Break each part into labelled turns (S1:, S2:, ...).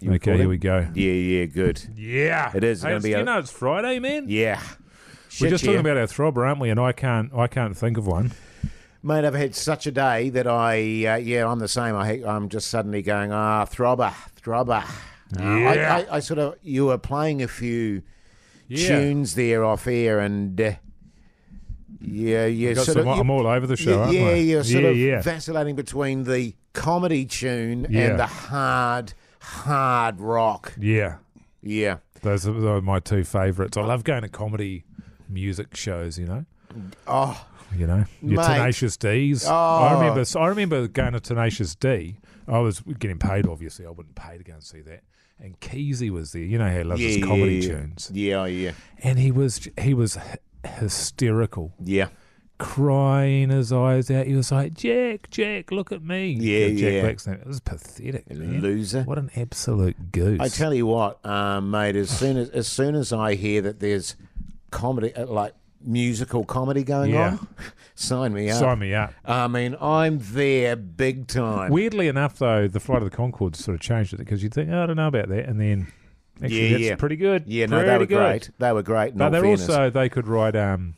S1: You
S2: Okay, here we go.
S1: Yeah, yeah, good.
S2: Yeah,
S1: It is. It's
S2: Hey,
S1: gonna
S2: it's-
S1: be
S2: you
S1: a-
S2: know, it's Friday, man.
S1: Yeah.
S2: We're
S1: Shit,
S2: just
S1: yeah.
S2: talking about our throbber, aren't we? And I can't, I can't think of one.
S1: Mate, I've had such a day that I, uh, yeah, I'm the same. I, I'm just suddenly going, ah, throbber, throbber.
S2: Yeah.
S1: I, I, I sort of, you were playing a few
S2: Yeah.
S1: tunes there off air, and uh, yeah, yeah,
S2: Got
S1: sort
S2: some,
S1: of,
S2: I'm
S1: you,
S2: all over the show,
S1: yeah,
S2: aren't
S1: yeah,
S2: we?
S1: you're sort
S2: yeah,
S1: of
S2: yeah.
S1: vacillating between the comedy tune
S2: Yeah.
S1: and the hard, hard rock.
S2: yeah.
S1: Yeah,
S2: Those are, those are my two favourites. I love going to comedy music shows. You know,
S1: oh,
S2: you know, your
S1: Mate.
S2: Tenacious D's.
S1: Oh.
S2: I remember, I remember going to Tenacious D. I was getting paid, obviously. I wouldn't pay to go and see that. And Keezy was there. You know how he loves
S1: yeah,
S2: his comedy
S1: yeah, yeah.
S2: tunes,
S1: Yeah, oh, yeah,
S2: and he was he was hy- hysterical.
S1: yeah.
S2: crying his eyes out. He was like, Jack, Jack, look at me.
S1: Yeah,
S2: Jack
S1: yeah.
S2: Black's name. It was pathetic. man.
S1: Loser.
S2: What an absolute goose.
S1: I tell you what, um, mate. As soon as as soon as I hear that there's comedy, uh, like musical comedy going
S2: Yeah.
S1: on, sign me up.
S2: Sign me up.
S1: I mean, I'm there big time.
S2: Weirdly enough, though, the Flight of the Concords sort of changed it because you'd think, oh, I don't know about that. And then actually,
S1: Yeah,
S2: that's
S1: yeah.
S2: pretty good.
S1: yeah, no, they
S2: Pretty
S1: were
S2: good.
S1: great. They were great. in
S2: But
S1: all
S2: they're
S1: fairness.
S2: also, they could write um,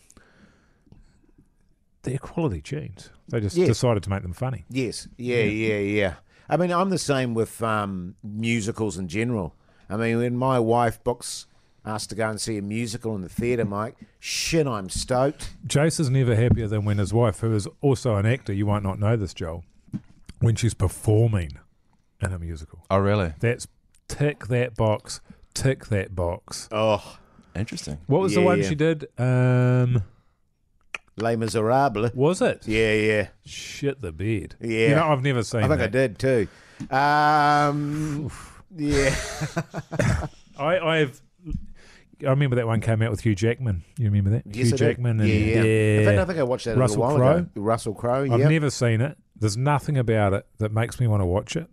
S2: their quality tunes. They just
S1: Yeah.
S2: decided to make them funny.
S1: Yes. Yeah, yeah, yeah, I mean, I'm the same with um, musicals in general. I mean, when my wife books us to go and see a musical in the theatre, Mike, shit, I'm stoked.
S2: Jace is never happier than when his wife, who is also an actor, you might not know this, Joel, when she's performing in a musical.
S3: Oh, really?
S2: That's tick that box, tick that box.
S1: Oh,
S3: Interesting.
S2: What was
S1: Yeah,
S2: the one
S1: yeah.
S2: she did? Um,
S1: Les Miserables.
S2: was it?
S1: Yeah, yeah.
S2: Shit the bed.
S1: Yeah.
S2: You know, I've never seen
S1: I think
S2: that.
S1: I did too. Um, yeah.
S2: I, I've. I remember that one came out with Hugh Jackman. You remember that?
S1: Yes, I
S2: Hugh
S1: did.
S2: Jackman
S1: Yeah,
S2: and
S1: yeah. In fact, I think I watched that
S2: Russell
S1: a little while
S2: Crowe?
S1: ago. Russell Crowe.
S2: I've
S1: Yeah.
S2: never seen it. There's nothing about it that makes me want to watch it.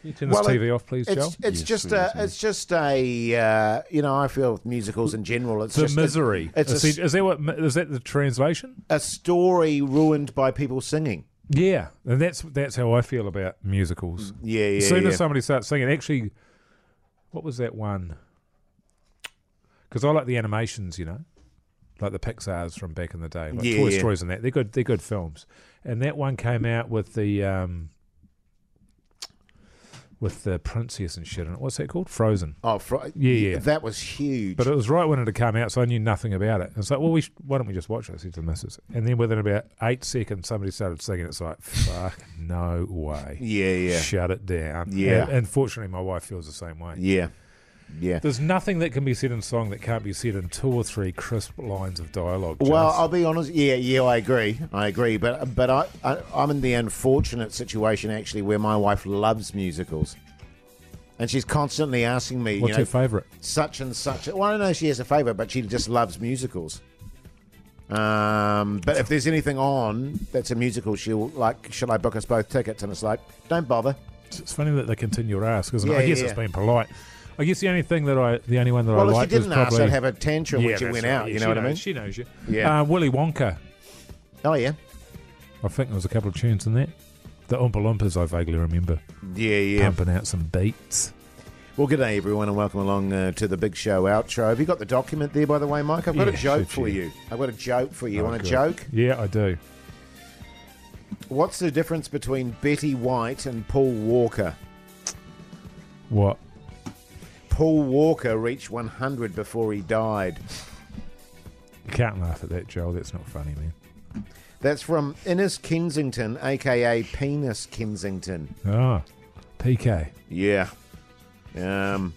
S2: Can you turn this
S1: Well, it-
S2: TV off, please, Joel?
S1: It's, it's
S3: Yes,
S1: just
S3: we
S1: a
S3: did.
S1: it's just a uh, you know I feel with musicals in general it's
S2: The
S1: just a,
S2: misery.
S1: it's a
S2: is,
S1: s-
S2: it- is that what? Is that the translation?
S1: a story ruined by people singing.
S2: Yeah, and that's that's how I feel about musicals.
S1: Yeah, yeah.
S2: as soon
S1: yeah.
S2: as somebody starts singing, actually, what was that one? Because I like the animations, you know, like the Pixar's from back in the day, like
S1: Yeah,
S2: Toy
S1: yeah.
S2: Stories and that. They're good. They're good films. And that one came out with the um, with the princess and shit. And what's that called? Frozen.
S1: Oh, fr-
S2: Yeah, yeah.
S1: That was huge.
S2: But it was right when it had come out, so I knew nothing about it. And it's like, well, we sh- why don't we just watch it? I said to the missus. And then within about eight seconds, somebody started singing. It's like, fuck, no way.
S1: yeah, yeah,
S2: Shut it down.
S1: Yeah.
S2: And, and fortunately, my wife feels the same way.
S1: yeah, yeah.
S2: There's nothing that can be said in song that can't be said in two or three crisp lines of dialogue.
S1: Well,
S2: Jace.
S1: I'll be honest. Yeah, yeah, I agree. I agree. But but I, I I'm in the unfortunate situation actually where my wife loves musicals, and she's constantly asking me,
S2: what's
S1: you
S2: your
S1: know,
S2: favourite?
S1: such and such. Well, I know she has a favourite, but she just loves musicals. Um, but if there's anything on that's a musical, she'll like, shall I book us both tickets? And it's like, don't bother.
S2: It's it's funny that they continue to ask, isn't
S1: Yeah,
S2: it? I
S1: yeah,
S2: guess
S1: yeah.
S2: it's being polite. I guess the only thing that I, the only one that
S1: Well,
S2: I
S1: if she
S2: liked
S1: didn't
S2: was probably
S1: ask, I'd have a tantrum when she
S2: that's
S1: went
S2: right.
S1: out.
S2: Yeah,
S1: you
S2: she
S1: know what I
S2: knows-
S1: mean?
S2: She knows you.
S1: Yeah.
S2: Uh, Willy Wonka.
S1: Oh yeah,
S2: I think there was a couple of tunes in that. The Oompa Loompas, I vaguely remember
S1: yeah, yeah.
S2: pumping out some beats.
S1: Well, good day everyone, and welcome along uh, to the big show outro. Have you got the document there, by the way, Mike? I've got a
S2: Yeah,
S1: joke
S2: should
S1: for
S2: you?
S1: you. I've got a joke for you.
S2: Oh,
S1: want a
S2: good.
S1: joke?
S2: Yeah, I do.
S1: What's the difference between Betty White and Paul Walker?
S2: What?
S1: Paul Walker reached 100 before he died.
S2: You can't laugh at that, Joel. That's not funny, man.
S1: That's from Innes Kensington, aka Penis Kensington.
S2: Ah, PK.
S1: Yeah. Um.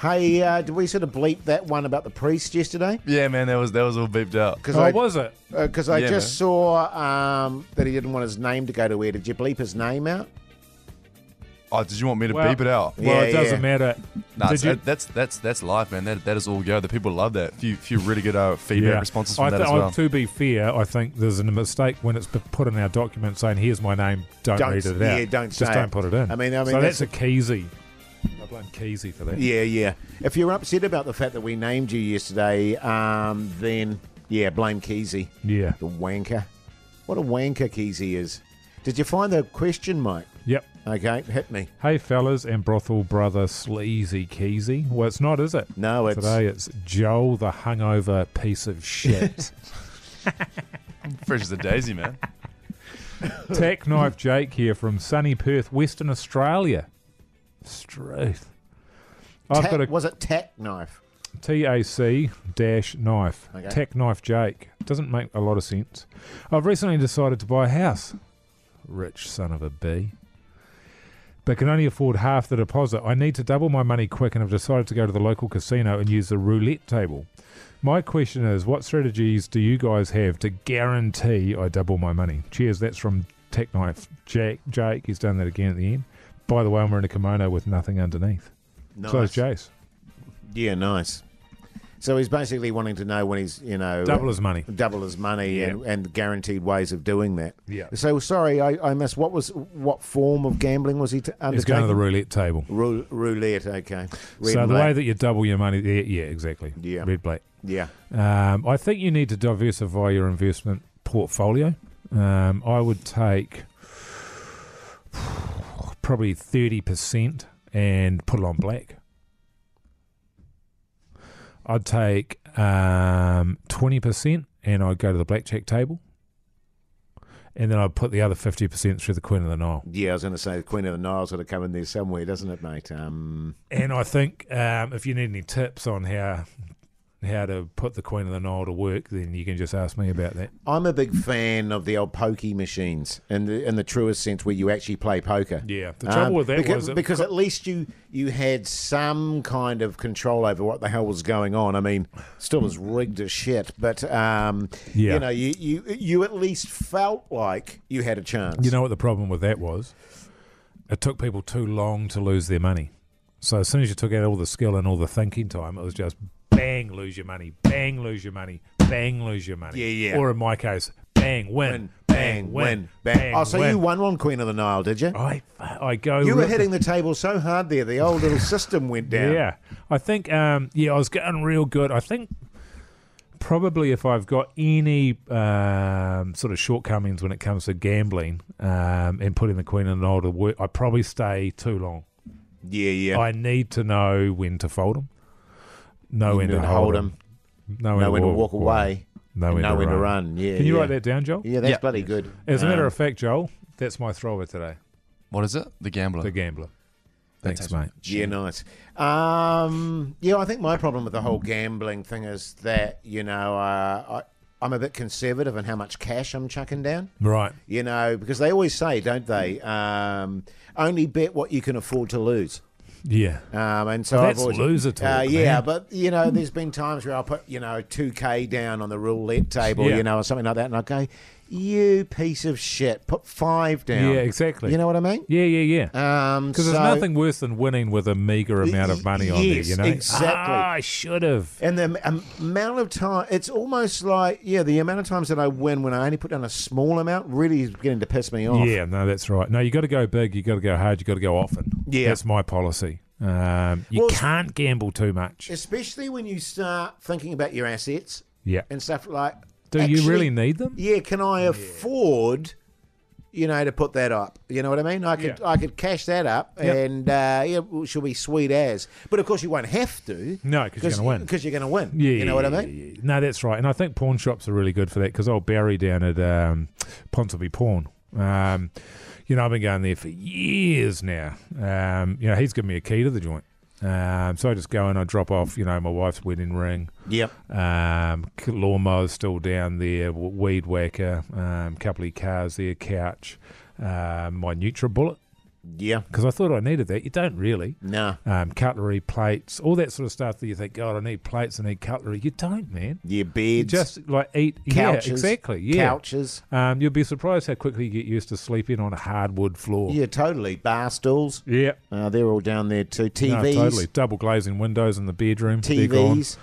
S1: Hey, uh, did we sort of bleep that one about the priest yesterday?
S3: Yeah, man, that was that was all beeped out.
S1: Because
S2: Oh,
S1: I
S2: was it?
S1: because I
S3: Yeah,
S1: just
S3: man.
S1: saw um, that he didn't want his name to go to air. Did you bleep his name out?
S3: Oh, did you want me to
S2: Well-
S3: beep it out?
S2: Well,
S1: Yeah,
S2: it doesn't
S1: yeah.
S2: matter.
S3: Nah,
S2: Did
S3: it's-
S2: you-
S3: that- that's that's that's live, man. That that is all go. The people love that. Few few really good uh, feedback responses from
S2: I
S3: that
S2: thi-
S3: as
S2: I-
S3: well.
S2: To be fair, I think there's a mistake when it's been put in our document saying, "Here's my name. Don't,
S1: Don't-
S2: read it
S1: yeah,
S2: out.
S1: don't
S2: just
S1: say
S2: don't
S1: it.
S2: put it in."
S1: I mean- I mean,
S2: so that's,
S1: that's
S2: a Keezy. I blame Keezy for that.
S1: Yeah, yeah. If you're upset about the fact that we named you yesterday, um, then yeah, blame Keezy,
S2: yeah.
S1: the wanker. What a wanker Keezy is. Did you find the question, Mike?
S2: Yep.
S1: Okay, hit me.
S2: Hey, fellas and brothel brother Sleazy Keezy. Well, it's not, is it?
S1: No, it's
S2: Today it's Joel the hungover piece of shit.
S3: Fresh as a daisy, man.
S2: Tack Knife Jake here from sunny Perth, Western Australia. Struth. I've
S1: tack,
S2: got a
S1: was it tack knife?
S2: TAC dash knife.
S1: Okay.
S2: Tack knife Jake. Doesn't make a lot of sense. I've recently decided to buy a house. Rich son of a bee. But can only afford half the deposit. I need to double my money quick and have decided to go to the local casino and use the roulette table. My question is what strategies do you guys have to guarantee I double my money? Cheers, that's from Tech Knife Jake. Jake, he's done that again at the end. By the way, I'm wearing a kimono with nothing underneath.
S1: Nice.
S2: So is Jace.
S1: Yeah, nice. So he's basically wanting to know when he's, you know,
S2: Double his money.
S1: double his money
S2: Yeah.
S1: and, and guaranteed ways of doing that.
S2: Yeah.
S1: So sorry, I, I missed. What was what form of gambling was he t-
S2: He's going to the
S1: undertaking?
S2: roulette table.
S1: Rou- roulette. Okay. Red
S2: so
S1: and
S2: the way
S1: black.
S2: that you double your money, yeah, yeah exactly.
S1: Yeah.
S2: Red plate.
S1: yeah.
S2: Um, I think you need to diversify your investment portfolio. Um, I would take probably thirty percent and put it on black. I'd take um, twenty percent and I'd go to the blackjack table, and then I'd put the other fifty percent through the Queen of the Nile.
S1: Yeah, I was going to say the Queen of the Nile's got to come in there somewhere, doesn't it, mate? Um,
S2: And I think um, if you need any tips on how how to put the Queen of the Nile to work, then you can just ask me about that.
S1: I'm a big fan of the old pokey machines in the in the truest sense, where you actually play poker.
S2: Yeah, the
S1: Um,
S2: trouble with that
S1: becau-
S2: was it,
S1: because at least you you had some kind of control over what the hell was going on. I mean, still was rigged as shit, but um,
S2: Yeah.
S1: you know, you, you you at least felt like you had a chance.
S2: you know what the problem with that was? It took people too long to lose their money. So as soon as you took out all the skill and all the thinking time, it was just bang, lose your money, bang, lose your money, bang, lose your money.
S1: Yeah, yeah.
S2: Or in my case, bang, win,
S1: Win,
S2: bang, win,
S1: bang.
S2: bang.
S1: oh, so
S2: win. Oh,
S1: you won on Queen of the Nile, did you?
S2: I, I go.
S1: You were
S2: rip-
S1: hitting the table so hard there, the old little system went down.
S2: Yeah, I think um, yeah, I was getting real good. I think probably if I've got any um, sort of shortcomings when it comes to gambling um, and putting the Queen in the Nile to work, I probably stay too long.
S1: yeah, yeah.
S2: I need to know when to fold them, know when
S1: knew
S2: to
S1: to
S2: hold
S1: hold
S2: them, know
S1: know when to walk away,
S2: no
S1: know when to run. Yeah,
S2: Can you
S1: yeah.
S2: write that down, Joel?
S1: Yeah, that's
S3: Yeah.
S1: bloody good.
S2: As a matter
S1: Um,
S2: of fact, Joel, that's my thrower today.
S3: What is it? The gambler.
S2: The gambler. Thanks,
S3: Fantastic.
S2: mate.
S1: Yeah, nice. Um, yeah, I think my problem with the whole gambling thing is that you know uh, I, I'm a bit conservative in how much cash I'm chucking down.
S2: Right.
S1: You know, because they always say, don't they? Um, only bet what you can afford to lose.
S2: Yeah.
S1: Um, and so
S2: That's
S1: I've always,
S2: loser talk,
S1: Uh, yeah,
S2: man.
S1: but you know, there's been times where I'll put you know two k down on the roulette table,
S2: Yeah.
S1: you know, or something like that, and I go, "You piece of shit, put five down."
S2: Yeah, exactly.
S1: You know what I mean?
S2: Yeah, yeah, yeah.
S1: Um,
S2: Because
S1: so-
S2: there's nothing worse than winning with a meager amount of money on there,
S1: yes,
S2: you know?
S1: exactly.
S2: Ah, I should have.
S1: And the am- amount of time, it's almost like, yeah, the amount of times that I win when I only put down a small amount really is beginning to piss me off.
S2: Yeah, no, that's right. No, you got to go big, you got to go hard, you got to go often.
S1: Yeah.
S2: That's my policy. Um, you
S1: Well, it's-
S2: can't gamble too much.
S1: Especially when you start thinking about your assets
S2: Yeah.
S1: and stuff like
S2: Do
S1: actually-
S2: you really need them?
S1: Yeah, can I afford, you know, to put that up? You know what I mean? I could
S2: Yeah.
S1: I could cash that up
S2: Yep.
S1: and, uh, yeah, well, she'll be sweet as. But of course, you won't have to.
S2: No, 'cause you're gonna win.
S1: Because you're going to win.
S2: Yeah,
S1: You know what I
S2: yeah,
S1: mean?
S2: yeah, yeah. No, that's right. And I think pawn shops are really good for that because old Barry down at um, Ponsonby Pawn, um, you know, I've been going there for years now. Um, you know, he's given me a key to the joint. Um, so I just go and I drop off, you know, my wife's wedding ring,
S1: Yep.
S2: um, c- lawnmower's still down there, w- weed whacker, um, couple of cars there, couch, um, my NutriBullet
S1: Yeah.
S2: because I thought I needed that. You don't really
S1: Nah.
S2: um, cutlery, plates, all that sort of stuff that you think, God, I need plates, I need cutlery. You don't, man.
S1: Yeah,
S2: You
S1: beds.
S2: just like eat.
S1: couches.
S2: Yeah, exactly. Yeah.
S1: Couches.
S2: Um, you'll be surprised how quickly you get used to sleeping on a hardwood floor.
S1: Yeah, totally. Bar stools.
S2: Yeah.
S1: Uh, they're all down there too.
S2: No,
S1: TVs,
S2: totally. Double glazing windows in the bedroom. They're gone.
S1: TVs.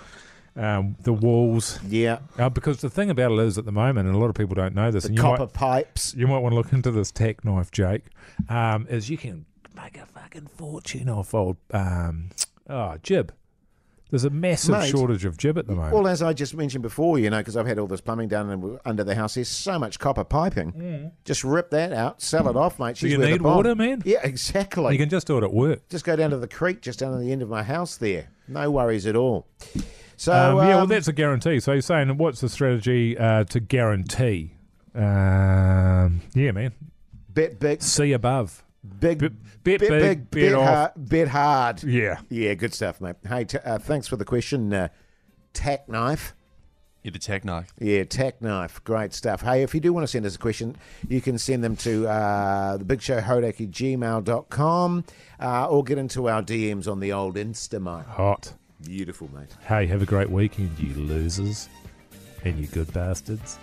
S2: Um, the walls.
S1: Yeah,
S2: Uh, because the thing about it is, at the moment, and a lot of people don't know this, and you
S1: copper
S2: might
S1: pipes.
S2: you might want to look into this tack knife, Jake. Um, is you can make a fucking fortune off old um, oh jib. There's a massive
S1: Mate.
S2: shortage of jib at the moment.
S1: Well, as I just mentioned before, you know, because I've had all this plumbing done and under the house, there's so much copper piping. Just rip that out, sell it off, mate. She's
S2: Mm. you
S1: worth a
S2: need
S1: bomb.
S2: water, man?
S1: Yeah, exactly.
S2: you can just do it at work.
S1: Just go down to the creek just down at the end of my house there. No worries at all. So,
S2: Um, yeah, well,
S1: um,
S2: that's a guarantee. So you're saying, what's the strategy uh, to guarantee? Um, yeah, man.
S1: bet big,
S2: See above.
S1: big,
S2: Bit,
S1: bit
S2: bit
S1: big,
S2: big,
S1: bit,
S2: bit off.
S1: hard, bit hard.
S2: Yeah.
S1: Yeah, good stuff, mate. Hey, t- uh, thanks for the question, uh, Tack Knife.
S3: Yeah, the tech knife.
S1: Yeah, Tack Knife. Great stuff. Hey, if you do want to send us a question, you can send them to uh, thebigshowhodaki@gmail.com uh, or get into our DMs on the old Instamite.
S2: Hot.
S1: Beautiful, mate.
S2: Hey, have a great weekend, you losers and you good bastards.